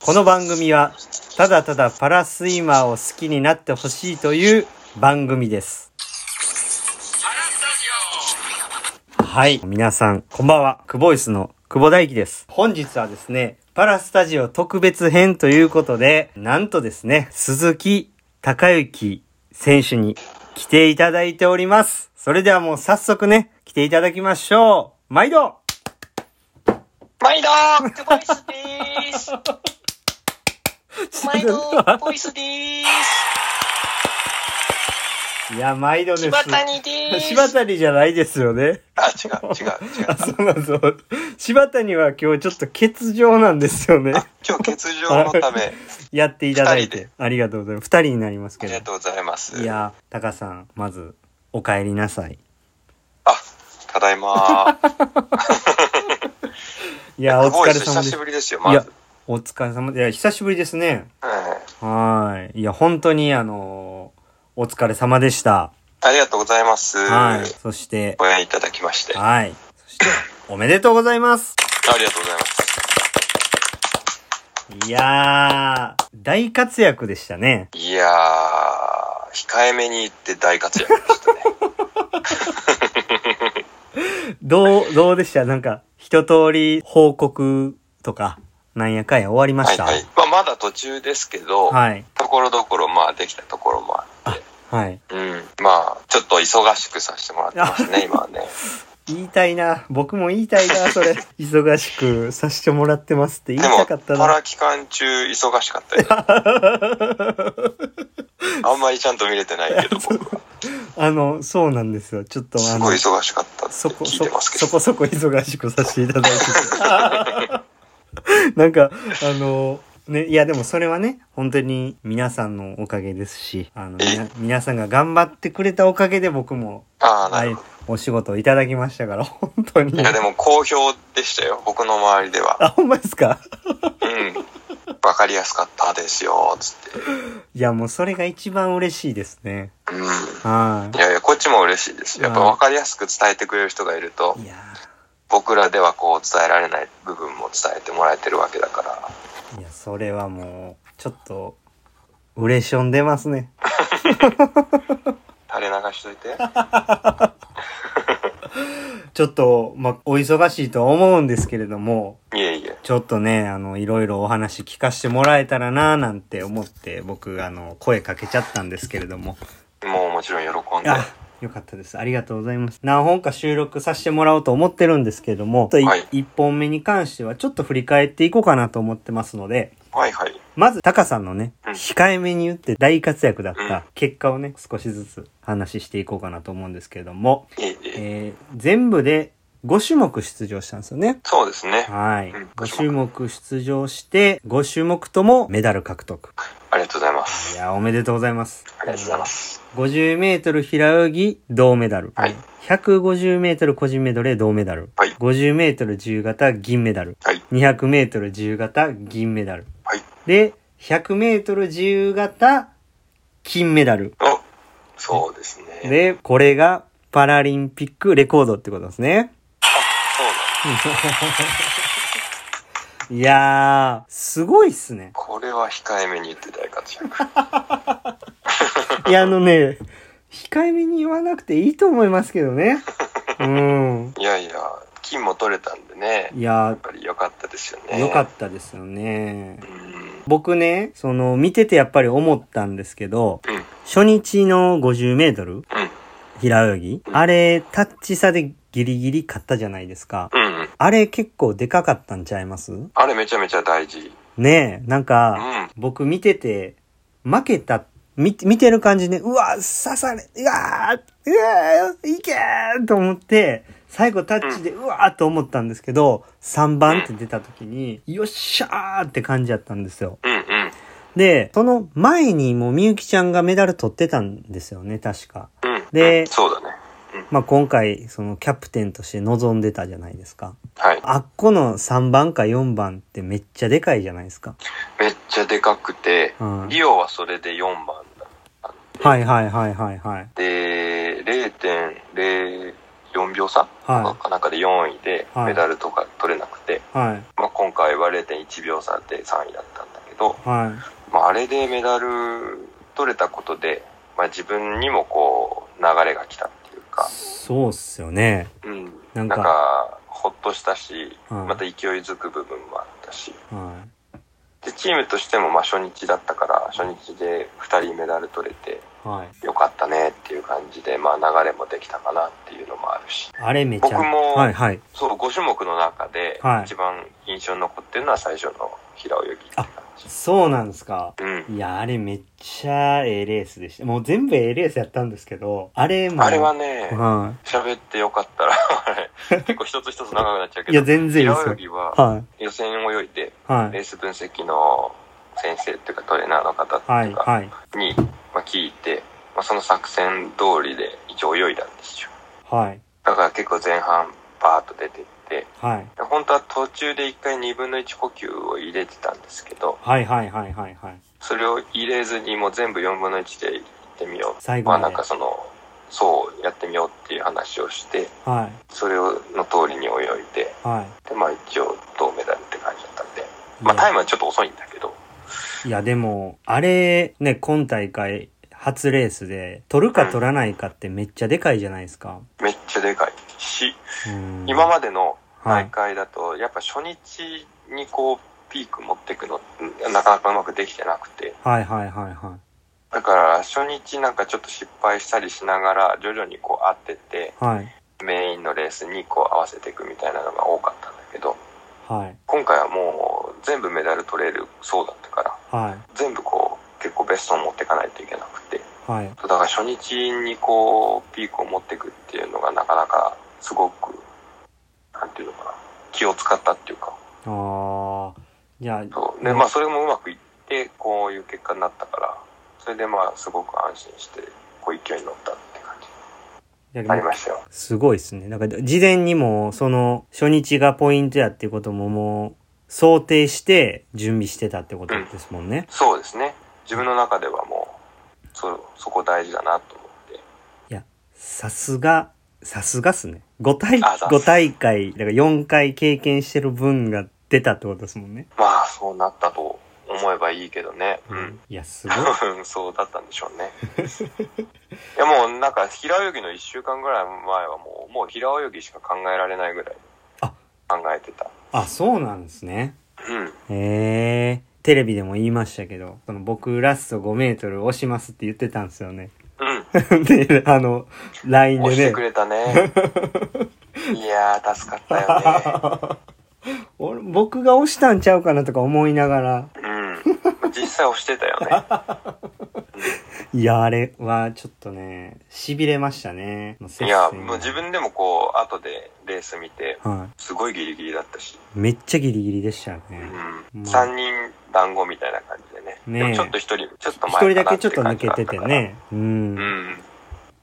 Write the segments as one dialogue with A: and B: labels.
A: この番組は、ただただパラスイマーを好きになってほしいという番組です。はい。皆さん、こんばんは。クボイスの久保大輝です。本日はですね、パラスタジオ特別編ということで、なんとですね、鈴木隆之選手に来ていただいております。それではもう早速ね、来ていただきましょう。毎度
B: 毎度クボイスでー す毎度クボイスでーす
A: いや、毎度です。
B: 柴谷でーす
A: 柴谷じゃないですよね。
B: あ、違う、違う、違う
A: あ、。そうなんですよ。柴谷は今日ちょっと欠場なんです よね。
B: あ、今日欠場のため、
A: やっていただい
B: 二人
A: て
B: で。
A: ありがとうございます。二人になります
B: あ
A: け
B: り
A: ど
B: が。とうございます。
A: いや、タカさん、まず、お帰りなさい。
B: あ、ただい まー。
A: いや、お疲れ
B: クボイス
A: 様で
B: 久し
A: す。
B: ぶりですよ、
A: い
B: ま
A: や
B: ず。、
A: お疲れ様で。いや、久しぶりですね。
B: うん
A: はーい。いや、本当に、あのーお疲れ様でした。
B: ありがとうございます。
A: はい。そして、
B: ご縁いただきまして。あ
A: はい。そして、おめでとうございます。
B: りがとうございます。
A: いやー、大活躍でしたね。
B: いやー、控えめに言って大活躍でしたね。
A: どう、どうでしたなんか、一通り報告とか、なんやかんや終わりま
B: は
A: し
B: い
A: た。
B: はい。まあ、まだ途中ですけど、
A: はい。
B: ところどころ、まあ、できたところもあって。
A: はい。
B: うん。まあ、ちょっと忙しくさせてもらってます ね、今はね。
A: 言いたいな。僕も言いたいな、 それ。忙しくさせてもらってますって言い
B: でも、
A: たかった
B: パ
A: な。
B: ラ期間中忙しかったよ。 あんまりちゃんと見れてないけど、僕は
A: あの、そうなんですよ。ちょっとあ
B: す
A: の
B: ごい、忙しかったって
A: そこ、
B: 聞
A: そ
B: いて
A: こ、
B: ますけど。
A: そこそこ忙しくさせていただいてて。 なんか、あの、ね、いやでもそれはね、本当に皆さんのおかげですし、あの、みな皆さんが頑張ってくれたおかげで僕も
B: ああ、な
A: は
B: る
A: い
B: ほど。、
A: お仕事をいただきましたから、本当に
B: い、。や、でも好評でしたよ、僕の周りでは。
A: あ、ほんまですか
B: うん。わかりやすかったですよ、つって。
A: いや、もうそれが一番嬉しいですね。
B: うん。
A: はい
B: やいや、こっちも嬉しいですよ。やっぱ
A: はい
B: わかりやすく伝えてくれる人がいると
A: い。、いや
B: 僕らではこう伝えられない部分も伝えてもらえてるわけだから。
A: ー、いや、それはもう、ちょっと、嬉しょんでますね。
B: 垂れ流しと いて。
A: ちょっと、まあ、お忙しいとは思うんですけれども、
B: いえいえ。
A: ちょっとね、あの、いろいろお話聞かせてもらえたらなぁなんて思って、僕、あの、声かけちゃったんですけれども。
B: もうもちろん喜んで。
A: あ、よかったです。ありがとうございます。何本か収録させてもらおうと思ってるんですけれども、ちょっとい
B: はい
A: 一本目に関してはちょっと振り返っていこうかなと思ってますので、
B: はいはい。
A: まず、タカさんのね、
B: うん
A: 控えめに言って大活躍だっ
B: うん
A: た結果をね、少しずつ話していこうかなと思うんですけれども、
B: いえいえ。
A: えー、全部で5種目出場したんですよね。
B: そうですね。
A: はい
B: うん。
A: 5種目出場して、5種目ともメダル獲得。
B: ありがとうございます。
A: いや、おめでとうございます。
B: ありがとうございます。
A: 50メートル平泳ぎ銅メダル。
B: はい
A: 150メートル個人メドレー銅メダル。
B: はい
A: 50メートル自由形銀メダル。
B: はい。
A: 200メートル自由形銀メダル。
B: はい。
A: で、100メートル自由形金メダル。
B: お、そうですね。
A: で、これがパラリンピックレコードってことですね。
B: そうなんです。
A: いやー、すごいっすね。
B: これは控えめに言って大活 躍。
A: いや、あのね、控えめに言わなくていいと思いますけどね。うん。
B: いやいや、金も取れたんでね。
A: いや
B: やっぱり良かったですよ
A: ー、
B: ね。
A: よかったですよね
B: た。うん。
A: 僕ね、その、見ててやっぱり思ったんですけど、
B: うん。
A: 初日の50メートル
B: うん。
A: 平泳ぎ
B: うん
A: あれ、タッチ差でギリギリ勝ったじゃないですか。
B: うんうん。
A: あれ結構でかかったんちゃいます
B: あれめちゃめちゃ大事。
A: ねえ、なん
B: うん。
A: か、
B: あ
A: 僕見てて、負けた、見、見てる感じね、うわ、刺され、うわー、うわー、いけーと思って、最後タッチで、うわーと思ったんですけど、3番って出た時に、よっしゃーって感じやったんですよ。
B: うんうん。
A: で、その前にもみゆきちゃんがメダル取ってたんですよね、確か。
B: うん。
A: で
B: そうだね。
A: まあ、今回、そのキャプテンとして臨んでたじゃないですか。
B: はい。
A: あっこの3番か4番ってめっちゃでかいじゃないですか。
B: めっちゃでかくて、
A: うん。はい
B: リオはそれで4番だ。
A: はいはいはいはい。
B: で、0.04秒差
A: は
B: かなんかで4位で
A: はい
B: メダルとか取れなくて、
A: い。はい。
B: まあ、今回は0.1秒差で3位だったんだど、
A: はい。
B: まあ、あれでメダル取れたことで、まあ、自分にもこう、流れが来たっていうか、
A: そうっすよね。
B: うん。
A: な
B: なんん
A: か
B: か、ほっとしたし、
A: うん
B: また勢いづく部分もあったし、
A: は
B: で、チームとしても、まあ、初日だったから、初日で2人メダル取れて、
A: い。はい。
B: よかったねっていう感じで、まあ、流れもできたかなっていうのもあるし、
A: あれめちゃ。
B: 僕も
A: はいはい。
B: そう、5種目の中で
A: はい、
B: 一番印象に残ってるのは最初の平泳ぎって感じ。
A: そうなんですか。
B: うん。
A: いや、あれめっちゃええレースでした。もう全部ええレースやったんですけど、あれも。
B: あれはね、
A: は
B: 喋ってよかったら、 あれ結構一つ一つ長くなっちゃうけ
A: い。いや、
B: ど、
A: 全然いいです
B: 平
A: よ。
B: 泳ぎは
A: は
B: 予選泳いで、
A: い。は
B: レ
A: い。
B: ース分析の先生っていうかトレーナーの方って
A: はいい。
B: うか
A: はい。
B: に、まあ、聞いて、まあ、その作戦通りで一応泳いだんですよ。
A: はい。
B: だから結構前半バーッと出てって、
A: はい。
B: で本当は途中で一回二分の一呼吸を入れてたんですけど、
A: はい。はい。はい。はい。はい。
B: それを入れずにもう全部4分の1で行ってみよう。
A: 最後
B: ま
A: ま
B: あ
A: で。
B: なんかその、そうやってみようっていう話をして、
A: はい。
B: それをの通りに泳いで、
A: はい。
B: でまあ一応銅メダルって感じだったんで、まあタイムはちょっと遅いんだけど、
A: いや、でも、あれ、ね、今大会、初レースで、取るか取らないかってめっちゃでかいじゃないですか。
B: めっちゃでかいし、
A: うん
B: 今までの
A: は
B: 大
A: い。
B: 会だと、やっぱ初日にこう、ピーク持ってくの、なかなかうまくできてなくて。
A: はいはいはいは
B: だから、初日なんかちょっと失敗したりしながら、徐々にこう合ってって、
A: い。はい。
B: メインのレースにこう合わせていくみたいなのが多かったんだけど、
A: はい。
B: 今回はもう全部メダル取れるそうだったから、
A: は
B: 全部こう、結構ベストを持っていかないといけなくて。
A: い。はい。
B: だから初日にこう、ピークを持っていくっていうのがなかなか、すごく、なんていうのかな、気を使ったっていうか、
A: ああ。じゃあ、
B: そう。で、まあ、それもうまくいって、こういう結果になったから、それでまあ、すごく安心して、こう、勢いに乗ったって感じ
A: じゃ
B: に
A: あ
B: なりましたよ。
A: すごいですね。なんか、事前にも、その、初日がポイントやっていうことももう、想定して準備してたってことですもんね。
B: そうですね。自分の中ではもう、そ、そこ大事だなと思って。
A: いや、さすが、さすがっすね。5大、
B: あそう
A: 5大会、だから4回経験してる分が出たってことですもんね。
B: まあ、そうなったと思えばいいけどね。うん。
A: いや、すごい。
B: そうだったんでしょうね。いや、もうなんか、平泳ぎの1週間ぐらい前はもう、もう平泳ぎしか考えられないぐらい
A: あ、
B: 考えてた。
A: あ、そうなんですね。
B: うん。
A: へえ。テレビでも言いましたけど、その僕ラスト5メートル押しますって言ってたんですよね。
B: うん。
A: で、あの、LINE
B: 押し
A: で
B: て
A: ね
B: く。れたね。いやー、助かったよね。
A: 俺僕が押したんちゃうかなとか思いながら、
B: うん。実際押してたよ ね。
A: いや、あれはちょっとね、痺れましたね。もう接戦
B: いや、もう自分でもこう、後でレース見て、
A: は
B: すごいギリギリだったし、
A: い。めっちゃギリギリでしたよ
B: う
A: ね。
B: ん。
A: ん
B: 3人団子みたいな感じでね。
A: ねえ
B: でもちょっと一人、ちょっと
A: 一
B: 前
A: 人だ
B: かな
A: け
B: っ
A: ちょ
B: て
A: っと抜
B: 感じ
A: け
B: だった
A: て
B: か
A: て
B: ら。
A: ね。うん。
B: うん。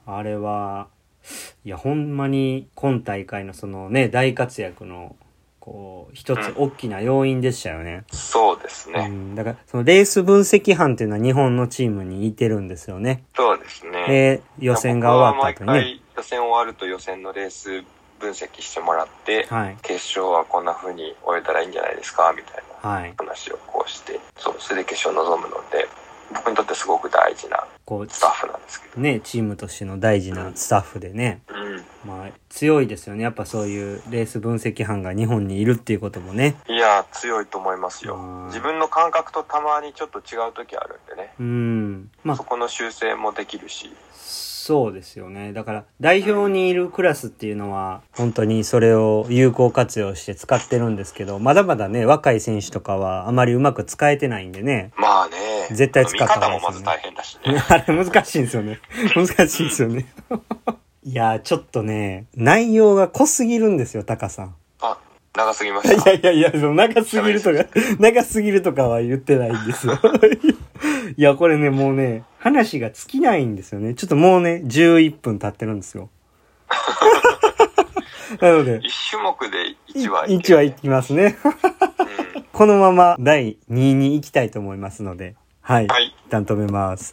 A: あれは、いや、ほんまに今大会のそのね、大活躍の、こう、一つ大きな要因でしたよね。
B: そうです
A: う
B: ね。
A: ん、だから、そのレース分析班っていうのは日本のチームにいてるんですよね。
B: そうですね。
A: で、予選が終わった
B: 僕
A: 後
B: は
A: に
B: 毎
A: ね。
B: 回予選終わると予選のレース分析してもらって、
A: はい。
B: 決勝はこんな風に終えたらいいんじゃないですか、みたいな。
A: はい。
B: 話をこうして、そう、それで決勝に臨むので、僕にとってすごく大事な
A: こう
B: スタッフなんですけど。
A: ち、ね、チームとしての大事なスタッフでね。
B: う
A: まあ、強いですよね。やっぱそういうレース分析班が日本にいるっていうこともね。
B: ん。いやー、強いと思いますよ
A: うん。
B: 自分の感覚とたまにちょっと違う時あるんでね。
A: うん。まあ
B: そ、この修正もできるし。
A: そうですよね。だから、代表にいるクラスっていうのは、本当にそれを有効活用して使ってるんですけど、まだまだね、若い選手とかはあまりうまく使えてないんでね。
B: まあね。
A: 絶対使った方
B: 見
A: がい
B: 方
A: い
B: も
A: ですよね
B: まず大変だし ね。
A: あれ難しいんですよね。 難しいんですよね。 いやー、ちょっとね、内容が濃すぎるんですよ、タカさん。
B: あ、長すぎま
A: い
B: した。
A: やいやいや、その長すぎるとか、長すぎるとかは言ってないん ですよ。いや、これね、もうね、話が尽きないんですよね。ちょっともうね、11分経ってるんです よ。なので、
B: 一種目で一話いけ
A: 1は
B: る
A: い
B: ね。
A: きますね。
B: うん
A: このまま第2に行きたいと思いますので、はい。
B: はい。
A: 一旦止めます。